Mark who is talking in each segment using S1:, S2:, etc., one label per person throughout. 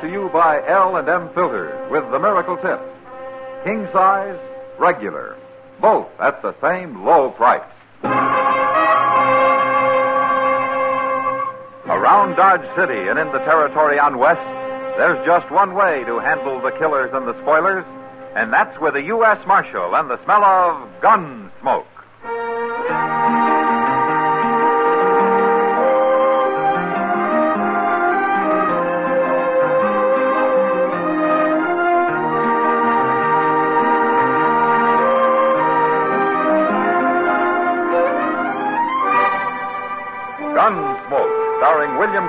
S1: to you by L&M Filter with the miracle tip. King size, regular. Both at the same low price. Around Dodge City and in the territory on West, there's just one way to handle the killers and the spoilers, and that's with a U.S. Marshal and the smell of gun smoke. Gunsmoke, starring William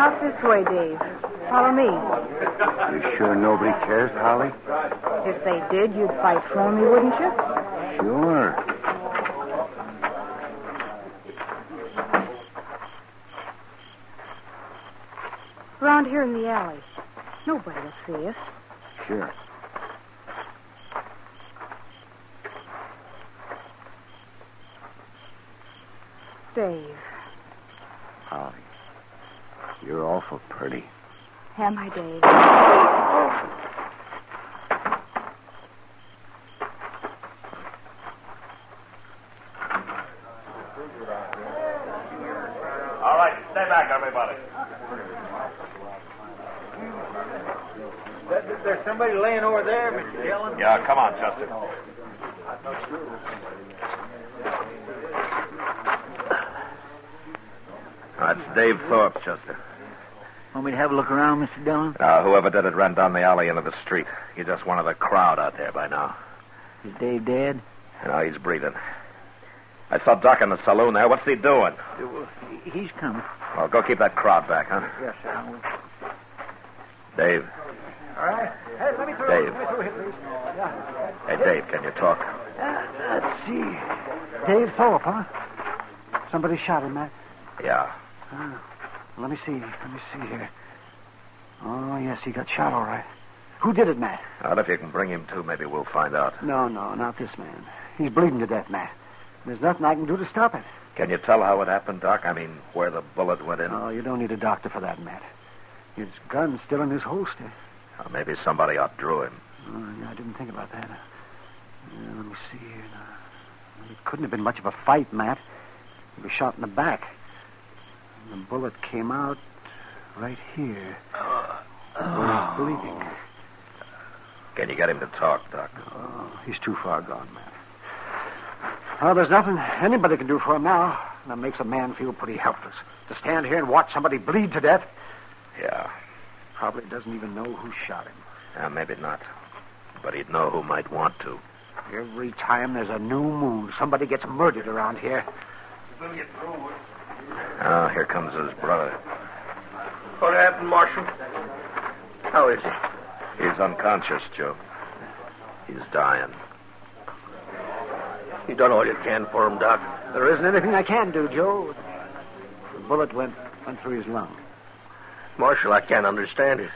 S2: Out this way, Dave. Follow me.
S3: You sure nobody cares, Holly?
S2: If they did, you'd fight for me, wouldn't you?
S3: Sure.
S2: Around here in the alley. Nobody will see us.
S3: Sure.
S2: Dave,
S3: Holly. You're awful pretty.
S2: am I Dave?
S4: All right, stay back, everybody.
S5: There's somebody laying over there, Mr. Dillon.
S4: Yeah, come on, Chester.
S6: That's Dave Thorpe, Chester.
S5: Want me to have a look around, Mr. Dillon?
S6: Now, whoever did it ran down the alley into the street. You're just one of the crowd out there by now.
S5: Is Dave dead?
S6: You know, he's breathing. I saw Doc in the saloon there. What's he doing?
S5: Uh, He's coming.
S6: Well, go keep that crowd back, huh?
S5: Yes, sir.
S6: Dave.
S5: All right. Hey, let me through.
S6: Dave. Let me Hey, Dave, can you talk?
S5: Uh, let's see. Dave Thorpe, huh? Somebody shot him, Matt. Ah,
S6: Yeah.
S5: Let me see. Let me see here. Oh, yes, he got shot all right. Who did it, Matt?
S6: Well, if you can bring him to, maybe we'll find out.
S5: No, no, not this man. He's bleeding to death, Matt. There's nothing I can do to stop it.
S6: Can you tell how it happened, Doc? I mean, where the bullet went in?
S5: Oh, you don't need a doctor for that, Matt. His gun's still in his holster.
S6: Or maybe somebody outdrew him.
S5: Oh, yeah, I didn't think about that. Uh, let me see here now. It couldn't have been much of a fight, Matt. He was shot in the back. And the bullet came out right here. Oh, he's bleeding.
S6: Can you get him to talk, Doc?
S5: Oh, he's too far gone, Matt. Well, there's nothing anybody can do for him now. And that makes a man feel pretty helpless. To stand here and watch somebody bleed to death,
S6: Yeah.
S5: probably doesn't even know who shot him.
S6: yeah Uh, maybe not. But he'd know who might want to.
S5: Every time there's a new moon, somebody gets murdered around here.
S6: Oh, here comes his brother.
S4: What happened, Marshal?
S6: How is he? He's unconscious, Joe. He's dying. You done all you can for him, Doc.
S5: There isn't anything I can do, Joe. The bullet went, went through his lung.
S6: Marshal, I can't understand it.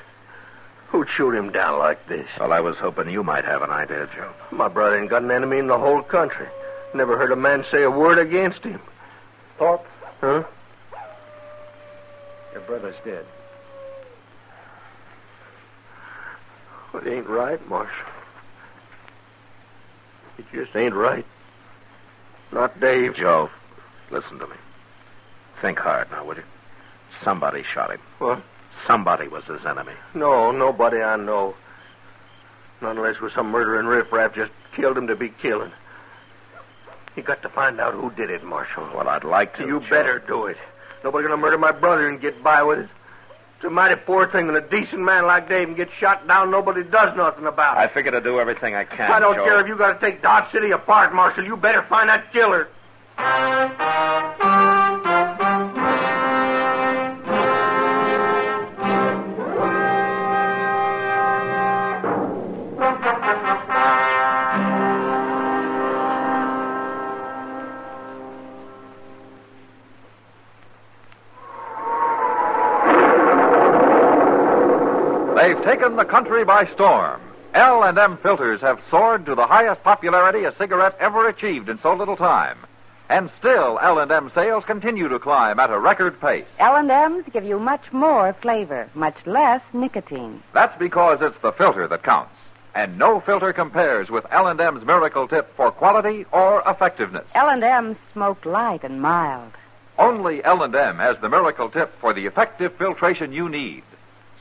S6: Who'd shoot him down like this? Well, I was hoping you might have an idea, Joe.
S7: My brother ain't got an enemy in the whole country. Never heard a man say a word against him. Thorpe? Huh?
S5: Your brother's dead.
S7: Well, it ain't right, Marshal. It just ain't right. Not Dave.
S6: Joe, listen to me. Think hard now, will you? Somebody shot him.
S7: What?
S6: Somebody was his enemy.
S7: No, nobody I know. Not unless it was some murdering riffraff just killed him to be killing. You got to find out who did it, Marshal.
S6: Well, I'd like to.
S7: you
S6: Joe.
S7: better do it. Nobody gonna murder my brother and get by with it. It's a mighty poor thing when a decent man like Dave can get shot down. Nobody does nothing about
S8: I
S7: it.
S8: figure to do everything I can.
S7: I don't
S8: Joe.
S7: care if you gotta take Dodge City apart, Marshal. You better find that killer.
S1: They've taken the country by storm. L&M filters have soared to the highest popularity a cigarette ever achieved in so little time. And still, L&M sales continue to climb at a record pace.
S9: L&M's give you much more flavor, much less nicotine.
S1: That's because it's the filter that counts. And no filter compares with L&M's Miracle Tip for quality or effectiveness.
S9: L&M's smoked light and mild.
S1: Only L&M has the miracle tip for the effective filtration you need.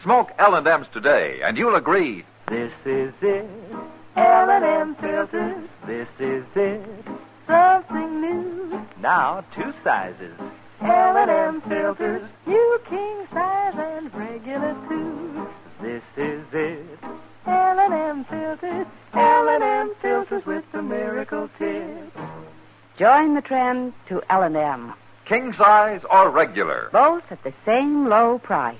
S1: Smoke L&M's today, and you'll agree
S5: This is it.
S9: L&M filters,
S5: This is it.
S9: something new.
S5: Now, two sizes.
S9: L&M filters, new king size and regular too.
S5: This is it.
S9: L&M filters, L&M filters with the miracle tip. Join the trend to L&M,
S1: king size or regular.
S9: both at the same low price.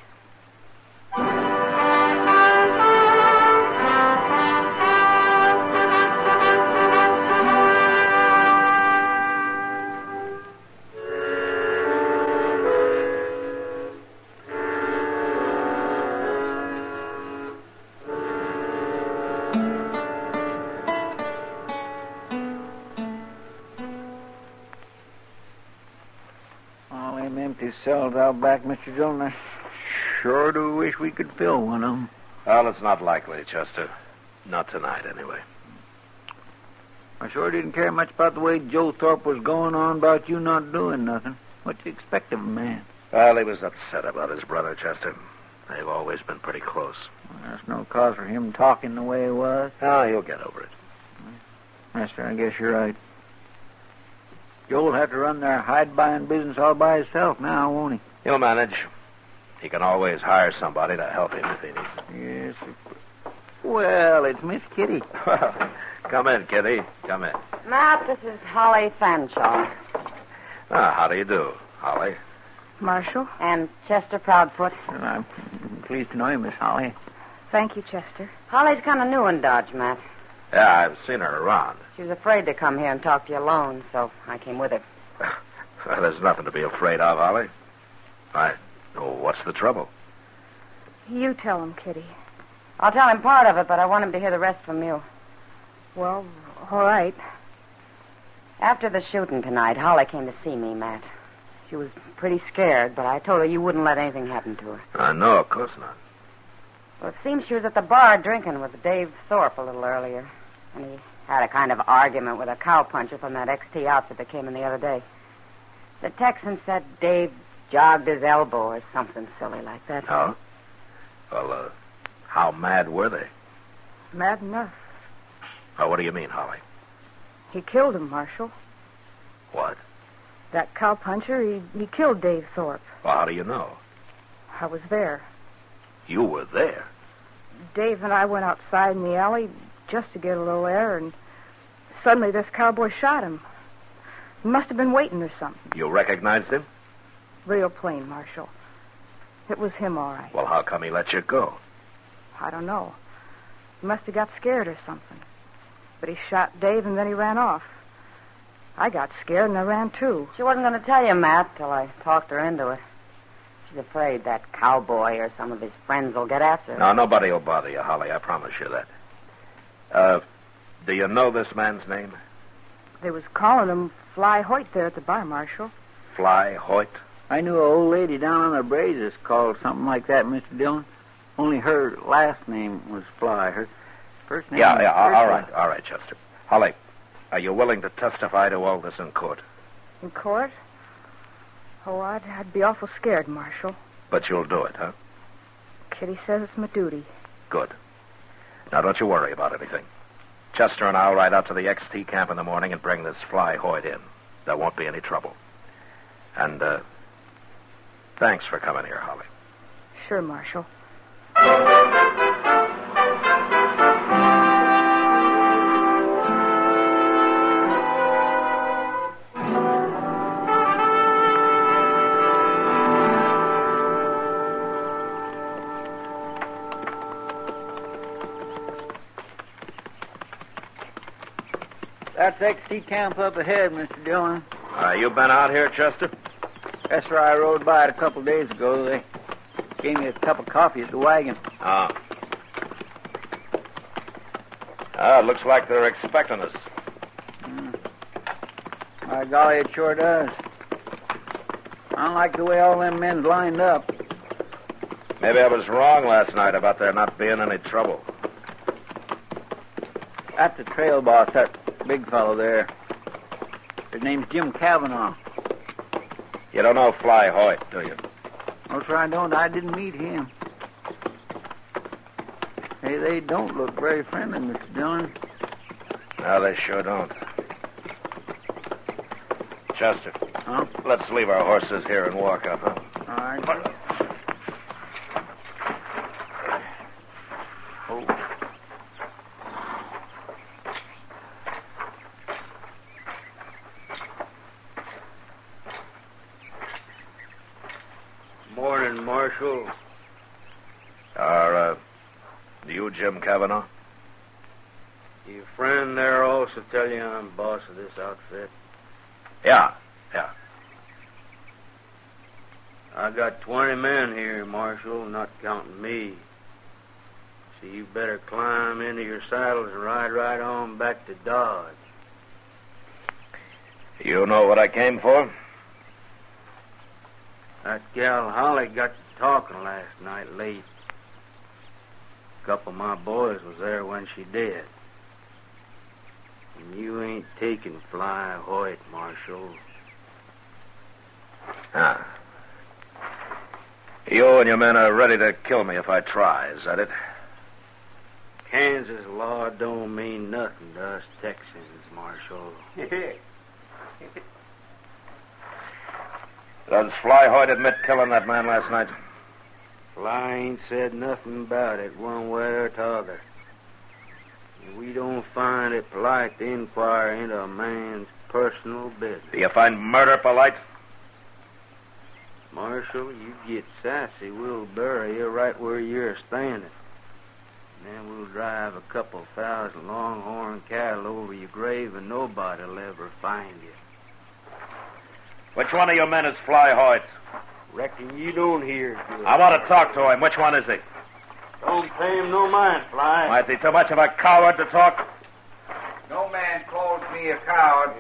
S5: All them empty cells out back, Mr. Dillon. I sure do wish we could fill one of them.
S6: Well, it's not likely, Chester. Not tonight, anyway.
S5: I sure didn't care much about the way Joe Thorpe was going on about you not doing nothing. What you expect of a man?
S6: Well, he was upset about his brother, Chester. They've always been pretty close.
S5: There's no cause for him talking the way he was.
S6: Oh, he'll get over it.
S5: Master, I guess you're right. Joe'll have to run their hide buying business all by himself now, won't he?
S6: He'll manage. He can always hire somebody to help him if he needs.
S5: Yes. Well, it's Miss Kitty.
S6: Well, come in, Kitty. Come in.
S9: Matt, this is Holly Fanshawe.
S6: Ah, how do you do, Holly?
S2: Marshal?
S9: And Chester Proudfoot.
S5: And I'm pleased to know you, Miss Holly.
S2: Thank you, Chester.
S9: Holly's kind of new in Dodge, Matt.
S6: Yeah, I've seen her around.
S9: She was afraid to come here and talk to you alone, so I came with her.
S6: Well, there's nothing to be afraid of, Holly. I. Oh, what's the trouble?
S2: You tell him, Kitty.
S9: I'll tell him part of it, but I want him to hear the rest from you.
S2: Well, all right.
S9: After the shooting tonight, Holly came to see me, Matt. She was pretty scared, but I told her you wouldn't let anything happen to her.
S6: Uh, no, of course not.
S9: Well, it seems she was at the bar drinking with Dave Thorpe a little earlier, and he had a kind of argument with a cowpuncher from that XT outfit that came in the other day. The Texan said Dave jogged his elbow or something silly like that.
S6: Oh? Well, uh, how mad were they?
S2: Mad enough.
S6: Oh, what do you mean, Holly?
S2: He killed him, Marshal.
S6: What?
S2: That cowpuncher, he, he killed Dave Thorpe.
S6: Well, how do you know?
S2: I was there.
S6: You were there.
S2: Dave and I went outside in the alley just to get a little air, and suddenly this cowboy shot him. He must have been waiting or something.
S6: You recognized him?
S2: Real plain, Marshal. It was him, all right.
S6: Well, how come he let you go?
S2: I don't know. He must have got scared or something. But he shot Dave and then he ran off. I got scared and I ran too.
S9: She wasn't going to tell you, Matt, till I talked her into it. She's afraid that cowboy or some of his friends will get after her.
S6: No, nobody will bother you, Holly. I promise you that. Uh, do you know this man's name?
S2: They was calling him Fly Hoyt there at the bar, Marshal.
S6: Fly Hoyt?
S5: I knew an old lady down on the Brazos called something like that, Mr. Dillon. Only her last name was Fly. Her first name
S6: Yeah,
S5: was
S6: yeah. All, all
S5: Ursula.
S6: right, all right, Chester. Holly, are you willing to testify to all this in court?
S2: In court? Oh, I'd, I'd be awful scared, Marshal.
S6: But you'll do it, huh?
S2: Kitty says it's my duty.
S6: Good. Now, don't you worry about anything. Chester and I'll ride out to the XT camp in the morning and bring this Fly Hoyt in. There won't be any trouble. And uh, Thanks for coming here, Holly.
S2: Sure, Marshal.
S10: That's XT camp up ahead, Mr. Dillon.
S6: Uh, you been out here, Chester?
S10: That's where I rode by it a couple days ago. They gave me a cup of coffee at the wagon.
S6: Ah. Ah, it looks like they're expecting us.
S10: My golly, it sure does. I don't like the way all them men lined up.
S6: Maybe I was wrong last night about there not being any trouble.
S10: That's the trail boss, that big fellow there. His name's Jim Cavanaugh.
S6: You don't know Fly Hoyt, do you?
S10: No, sir, I don't. I didn't meet him. Hey, they don't look very friendly, Mr. Dillon.
S6: No, they sure don't. Chester.
S10: Huh?
S6: Let's leave our horses here and walk up, huh?
S10: All right.
S7: Morning, Marshal.
S6: Are, uh, you Jim Cavanaugh?
S7: Your friend there also tell you I'm boss of this outfit.
S6: Yeah.
S7: I got 20 men here, Marshal, not counting me. So you better climb into your saddles and ride right on back to Dodge.
S6: You know what I came for?
S7: That gal Holly got to talking last night late. A couple of my boys was there when she did. And you ain't taking Fly Hoyt, Marshal.
S6: Ah. You and your men are ready to kill me if I try, is that it?
S7: Kansas law don't mean nothing to us Texans, Marshal.
S6: Does Fly Hoyt admit killing that man last night?
S7: Fly ain't said nothing about it one way or t'other. And We don't find it polite to inquire into a man's personal business.
S6: Do you find murder polite?
S7: Marshal, you get sassy, we'll bury you right where you're standing. And then we'll drive a couple thousand longhorn cattle over your grave and nobody'll ever find you.
S6: Which one of your men is Fly Hoyt?
S7: Reckon you don't hear good.
S6: I want to talk to him. Which one is he?
S7: Don't pay him no mind, Fly.
S6: Why, is he too much of a coward to talk?
S11: No man calls me a coward.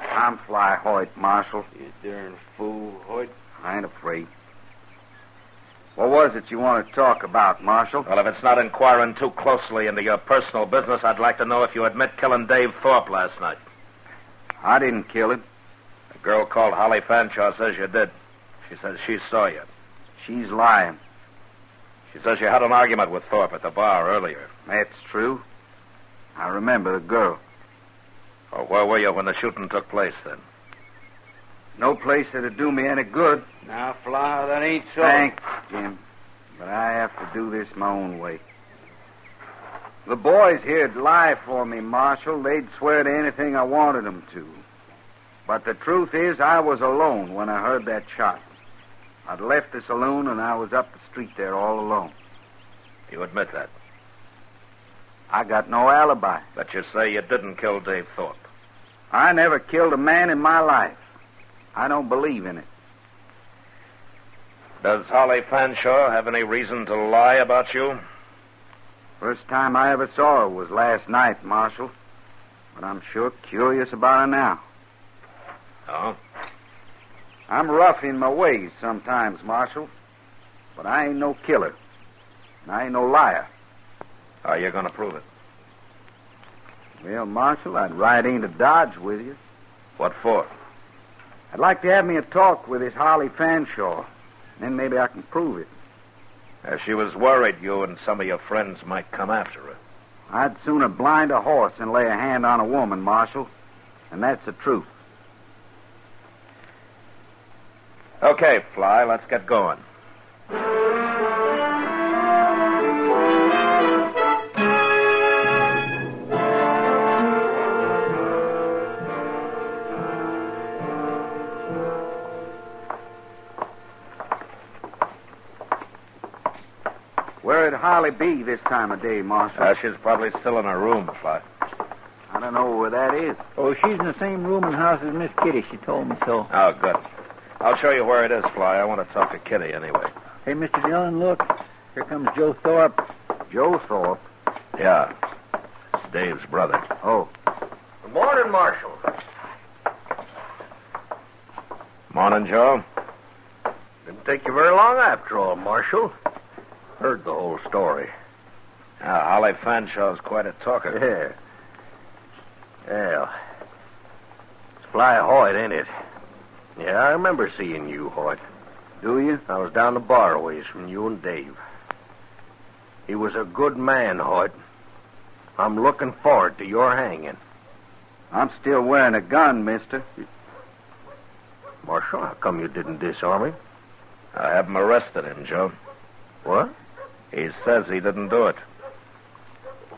S5: I'm Fly Hoyt, Marshal.
S7: You darn fool, Hoyt.
S5: I ain't afraid. What was it you want to talk about, Marshal?
S6: Well, if it's not inquiring too closely into your personal business, I'd like to know if you admit killing Dave Thorpe last night.
S5: I didn't kill him.
S6: A girl called Holly Fanshawe says you did. She says she saw you.
S5: She's lying.
S6: She says you had an argument with Thorpe at the bar earlier.
S5: That's true. I remember the girl.
S6: Oh, where were you when the shooting took place then?
S5: No place that'd do me any good.
S7: Now, Fly, that ain't so.
S5: Thanks, Jim. But I have to do this my own way. The boys here'd lie for me, Marshal. They'd swear to anything I wanted them to. But the truth is, I was alone when I heard that shot. I'd left the saloon and I was up the street there all alone.
S6: You admit that.
S5: I got no alibi.
S6: But you say you didn't kill Dave Thorpe.
S5: I never killed a man in my life. I don't believe in it.
S6: Does Holly Fanshawe have any reason to lie about you?
S5: First time I ever saw her was last night, Marshal. But I'm sure curious about her now.
S6: No.
S5: I'm rough in my ways sometimes, Marshal. But I ain't no killer. And I ain't no liar.
S6: How are you going to prove it?
S5: Well, Marshal, I'd ride into Dodge with you.
S6: What for?
S5: I'd like to have me a talk with this Holly Fanshawe. Then maybe I can prove it.
S6: Uh, she was worried you and some of your friends might come after her.
S5: I'd sooner blind a horse than lay a hand on a woman, Marshal. And that's the truth.
S6: Okay, Fly, let's get going.
S5: Where'd Holly be this time of day, Marshal?
S6: Uh, she's probably still in her room, Fly.
S5: I don't know where that is.
S12: Oh, she's in the same room and house as Miss Kitty. She told me so.
S6: Oh, good. I'll show you where it is, Fly. I want to talk to Kitty anyway.
S12: Hey, Mr. Dillon, look. Here comes Joe Thorpe.
S5: Joe Thorpe.
S6: Yeah. It's Dave's brother.
S5: Oh.
S7: Good morning, Marshal.
S6: Morning, Joe.
S7: Didn't take you very long after all, Marshal. Heard the whole story.
S6: Yeah, Holly Fanshaw's quite a talker.
S7: Yeah. Yeah. It's Fly Hoyt, ain't it? Yeah, I remember seeing you, Hoyt.
S5: Do you?
S7: I was down the bar a ways from you and Dave. He was a good man, Hoyt. I'm looking forward to your hanging.
S5: I'm still wearing a gun, mister.
S7: Marshal, how come you didn't disarm him?
S6: I haven't arrested him, Joe.
S7: What?
S6: He says he didn't do it.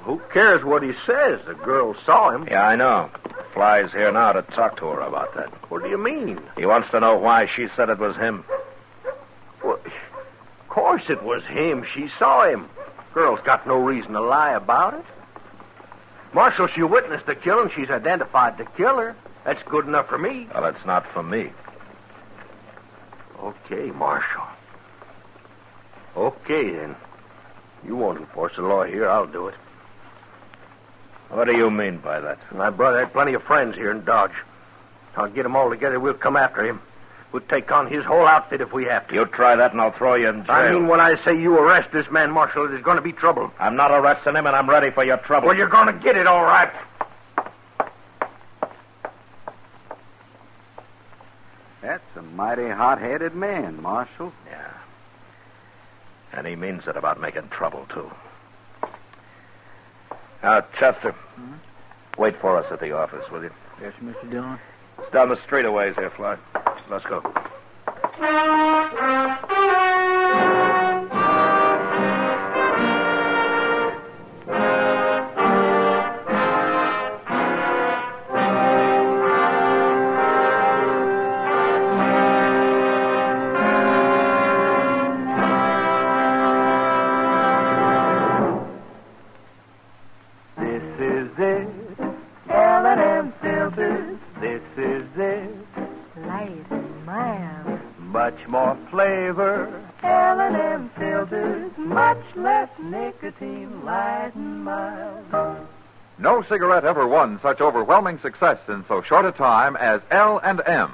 S7: Who cares what he says? The girl saw him.
S6: Yeah, I know. Fly's here now to talk to her about that.
S7: What do you mean?
S6: He wants to know why she said it was him.
S7: Well, of course it was him. She saw him. Girl's got no reason to lie about it. Marshal, she witnessed the killing. She's identified the killer. That's good enough for me.
S6: Well, it's not for me.
S7: Okay, Marshal. Okay, then. You won't enforce the law here. I'll do it.
S6: What do you mean by that?
S7: My brother had plenty of friends here in Dodge. I'll get 'em all together. We'll come after him. We'll take on his whole outfit if we have to.
S6: You try that and I'll throw you in jail.
S7: I mean, when I say you arrest this man, Marshal, there's going to be trouble.
S6: I'm not arresting him and I'm ready for your trouble.
S7: Well, you're going to get it, all right.
S5: That's a mighty hot-headed man, Marshal.
S6: Yeah. And he means it about making trouble, too. Now, Chester,
S12: Hmm?
S6: wait for us at the office, will you?
S12: Yes, Mr. Dillon.
S6: It's down the street a ways here, Fly. Let's go.
S12: This is it. L&M filters. This is it.
S2: Light and mild.
S12: Much more flavor. L&M filters. Much less nicotine. Light and mild.
S1: No cigarette ever won such overwhelming success in so short a time as L and M.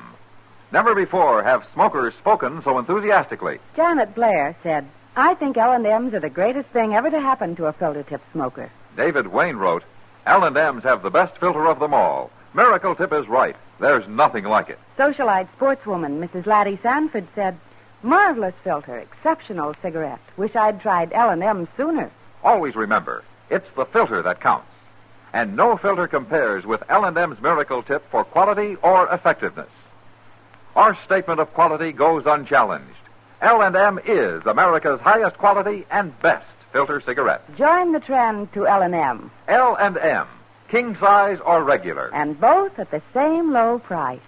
S1: Never before have smokers spoken so enthusiastically.
S9: Janet Blair said, I think L&Ms are the greatest thing ever to happen to a filter tip smoker.
S1: David Wayne wrote, L and M's have the best filter of them all. Miracle Tip is right. There's nothing like it.
S9: Socialite sportswoman Mrs. Laddie Sanford said, marvelous filter, exceptional cigarette. Wish I'd tried L&M sooner.
S1: Always remember, it's the filter that counts. And no filter compares with L&M's Miracle Tip for quality or effectiveness. Our statement of quality goes unchallenged. L&M is America's highest quality and best filter cigarette.
S9: Join the trend to L&M,
S1: L&M, king size or regular.
S9: and both at the same low price.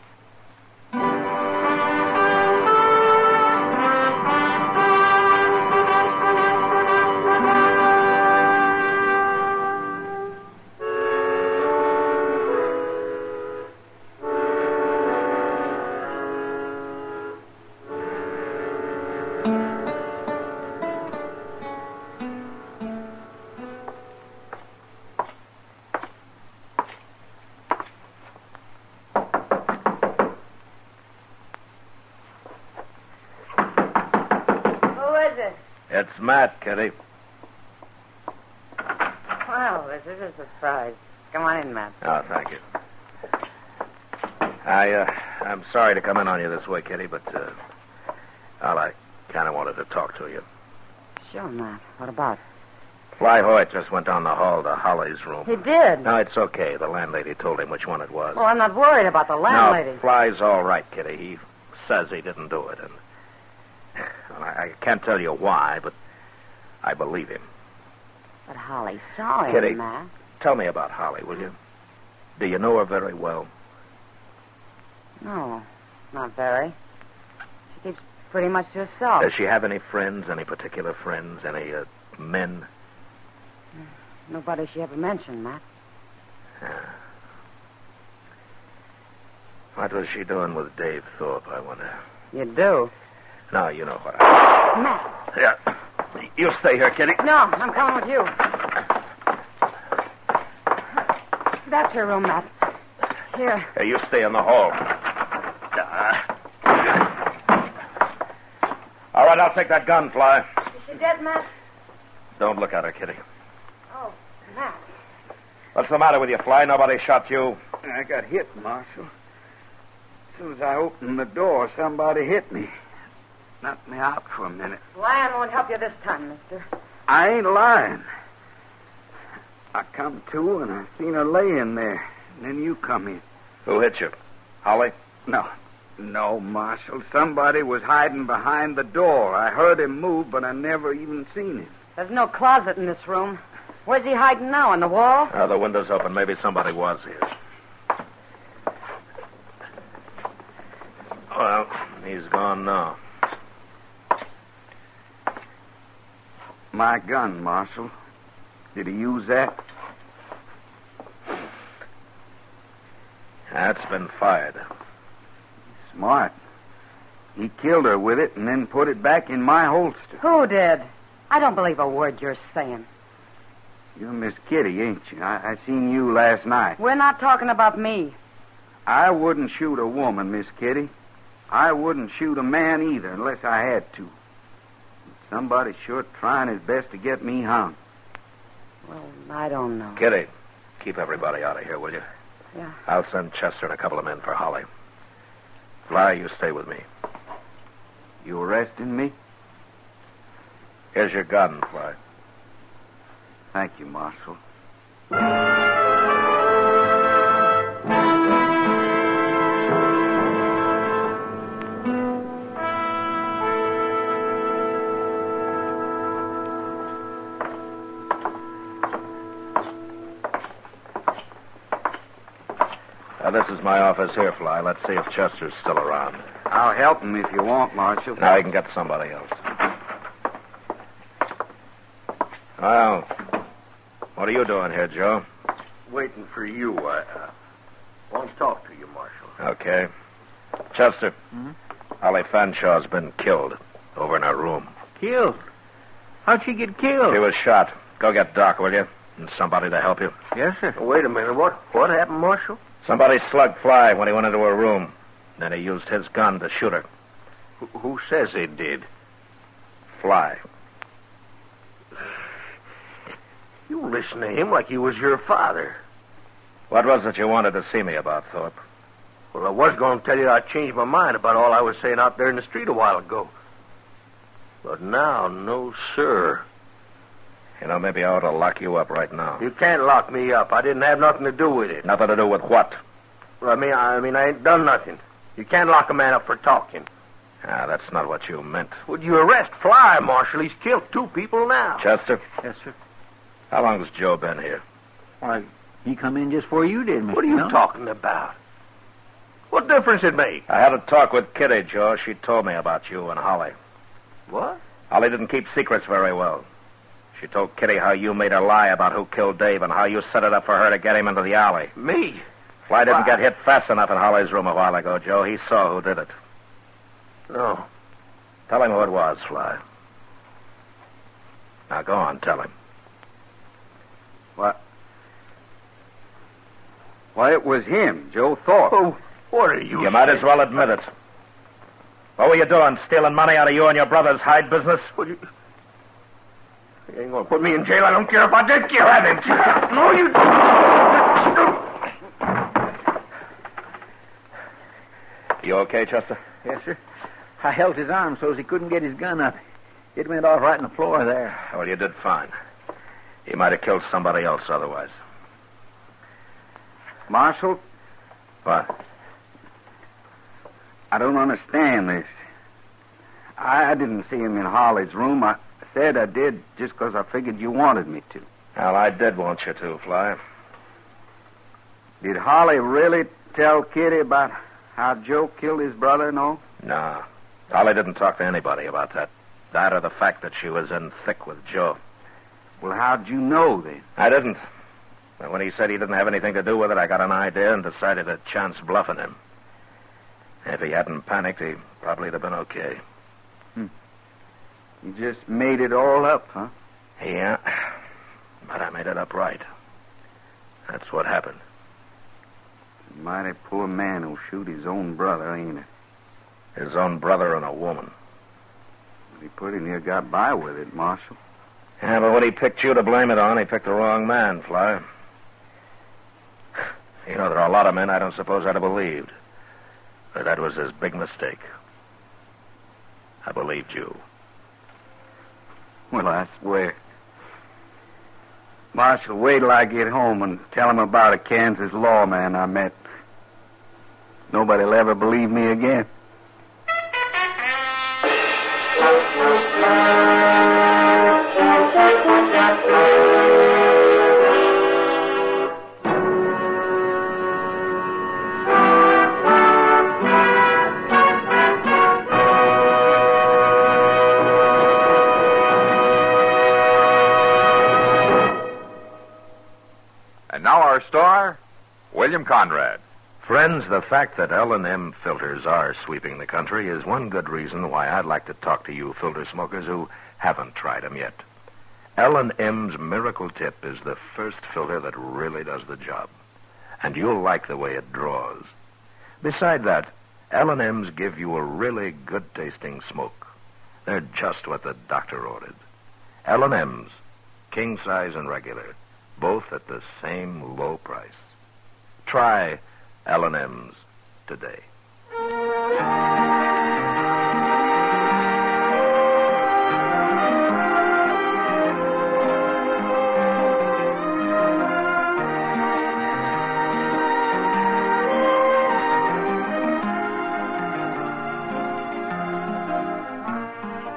S9: Who is it?
S6: It's Matt, Kitty.
S9: Wow, this is a surprise. Come on in, Matt.
S6: Oh, thank you. I, uh, I'm sorry to come in on you this way, Kitty, but, uh, well, I kind of wanted to talk to you.
S9: Sure, Matt. What about?
S7: Flyhoy just went down the hall to Holly's room.
S9: He did.
S7: No, it's okay. The landlady told him which one it was.
S9: Well, I'm not worried about the landlady.
S7: No, Fly's all right, Kitty. He says he didn't do it, and well, I, I can't tell you why, but I believe him.
S9: But Holly saw him,
S7: Kitty.
S9: Matt.
S7: Tell me about Holly, will you? Do you know her very well?
S9: No, not very. She keeps pretty much to herself.
S7: Does she have any friends, any particular friends, any uh, men?
S9: Nobody she ever mentioned, Matt.
S7: What was she doing with Dave Thorpe, I wonder?
S9: You do?
S7: Now, you know what I...
S9: Matt.
S7: Yeah. You stay here, Kitty.
S9: No, I'm coming with you. That's your room, Matt. Here.
S7: Hey, Uh, you stay in the hall. Ah. All right, I'll take that gun, Fly.
S9: Is she dead, Matt?
S7: Don't look at her, Kitty.
S9: Oh, Matt.
S7: What's the matter with you, Fly? Nobody shot you.
S1: I got hit, Marshal. As soon as I opened the door, somebody hit me. Knocked me out for a minute.
S9: Lion won't help you this time, mister.
S1: I ain't lying. I come to and I seen her laying there. And then you come in.
S7: Who hit you? Holly?
S1: No. No, Marshal. Somebody was hiding behind the door. I heard him move, but I never even seen him.
S9: There's no closet in this room. Where's he hiding now? On the wall?
S7: Uh, the window's open. Maybe somebody was here. Well, he's gone now.
S1: My gun, Marshal. Did he use that?
S7: That's been fired.
S1: Smart. He killed her with it and then put it back in my holster.
S9: Who did? I don't believe a word you're saying.
S1: You're Miss Kitty, ain't you? I, I seen you last night.
S9: We're not talking about me.
S1: I wouldn't shoot a woman, Miss Kitty. I wouldn't shoot a man either unless I had to. Somebody's sure trying his best to get me hung.
S9: Well, I don't know.
S7: Kitty, keep everybody out of here, will you?
S9: Yeah.
S7: I'll send Chester and a couple of men for Holly. Fly, you stay with me.
S1: You arresting me?
S7: Here's your gun, Fly.
S1: Thank you, Marshal.
S7: Now, this is my office here, Fly. Let's see if Chester's still around.
S1: I'll help him if you want, Marshal.
S7: Now I can get somebody else. Well, what are you doing here, Joe?
S6: Waiting for you. I uh, want to talk to you, Marshal.
S7: Okay. Chester, Holly Fanshaw's been killed over in her room.
S5: Killed? How'd she get killed?
S7: She was shot. Go get Doc, will you? And somebody to help you.
S5: Yes, sir.
S6: Wait a minute. What what happened, Marshal?
S7: Somebody slugged Fly when he went into her room. Then he used his gun to shoot her.
S6: Who, who says he did?
S7: Fly.
S6: You listen to him like he was your father.
S7: What was it you wanted to see me about, Thorpe?
S6: Well, I was going to tell you I changed my mind about all I was saying out there in the street a while ago. But now, no, sir.
S7: You know, maybe I ought to lock you up right now.
S6: You can't lock me up. I didn't have nothing to do with it.
S7: Nothing to do with what?
S6: I mean, I mean, I ain't done nothing. You can't lock a man up for talking.
S7: Ah, that's not what you meant.
S6: Would you arrest Fly, Marshal? He's killed two people now.
S7: Chester,
S13: Yes, sir.
S7: how long has Joe been here?
S13: Why, he come in just before you did, Mr.
S6: What are you
S13: Dillon.
S6: talking about? What difference it make?
S7: I had a talk with Kitty, Joe. She told me about you and Holly.
S6: What?
S7: Holly didn't keep secrets very well. She told Kitty how you made her lie about who killed Dave and how you set it up for her to get him into the alley.
S6: Me?
S7: Fly didn't
S6: Why?
S7: get hit fast enough in Holly's room a while ago, Joe. He saw who did it.
S6: No.
S7: Tell him who it was, Fly. Now go on, tell him.
S1: Why, it was him, Joe Thorpe.
S6: Oh, what are you?
S7: You might as well admit it. What were you doing, stealing money out of you and your brother's hide business?
S6: What you? You ain't gonna put me in jail. I don't care if I did kill him. No, you.
S7: You okay, Chester?
S5: Yes, sir. I held his arm so's he couldn't get his gun up. It went off right on the floor there.
S7: Well, you did fine. He might have killed somebody else otherwise.
S5: Marshal,
S7: What?
S5: I don't understand this. I I didn't see him in Harley's room. I said I did just 'cause I figured you wanted me to.
S7: Well, I did want you to, Fly.
S5: Did Harley really tell Kitty about how Joe killed his brother and all?
S7: No. Holly didn't talk to anybody about that. That or the fact that she was in thick with Joe.
S5: Well, how'd you know then?
S7: I didn't. But when he said he didn't have anything to do with it, I got an idea and decided to chance bluffing him. If he hadn't panicked, he probably'd have been okay.
S5: You just made it all up, huh?
S7: Yeah. But I made it up right. That's what happened.
S5: Mighty poor man who'll shoot his own brother, ain't it?
S7: His own brother and a woman.
S5: He pretty near got by with it, Marshal.
S7: Yeah, but when he picked you to blame it on, he picked the wrong man, Fly. You know, there are a lot of men I don't suppose I'd have believed. But that was his big mistake. I believed you.
S5: Well, I swear. Marshal, wait till I get home and tell him about a Kansas lawman I met. Nobody'll ever believe me again.
S1: And now our star, William Conrad.
S7: Friends, the fact that L&M filters are sweeping the country is one good reason why I'd like to talk to you filter smokers who haven't tried 'em yet. L&M's Miracle Tip is the first filter that really does the job, and you'll like the way it draws. Beside that, L&M's give you a really good tasting smoke. They're just what the doctor ordered. L&M's, king size and regular, both at the same low price. Try L&M's today.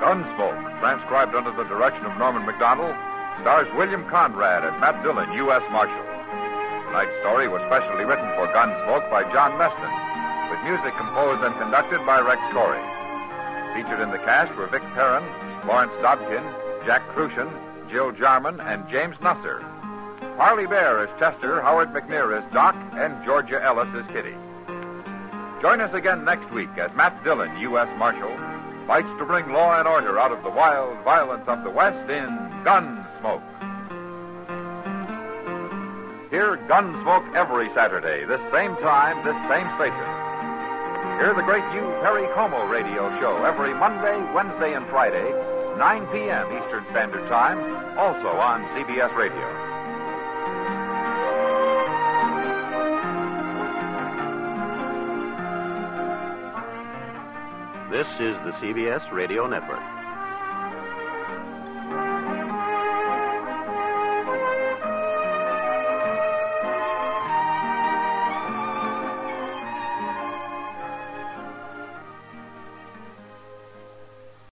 S1: Gunsmoke, transcribed under the direction of Norman McDonald, stars William Conrad and Matt Dillon, U.S. Marshal. Tonight's story was specially written for Gunsmoke by John Meston, with music composed and conducted by Rex Corey. Featured in the cast were Vic Perrin, Lawrence Dobkin, Jack Crucian, Jill Jarman, and James Nusser. Harley Bear is Chester, Howard McNear is Doc, and Georgia Ellis is Kitty. Join us again next week as Matt Dillon, U.S. Marshal, fights to bring law and order out of the wild violence of the West in Gunsmoke. Hear Gunsmoke every Saturday, this same time, this same station. Hear the great U Perry Como radio show every Monday, Wednesday, and Friday, 9 p.m. Eastern Standard Time, also on CBS Radio.
S14: This is the CBS Radio Network.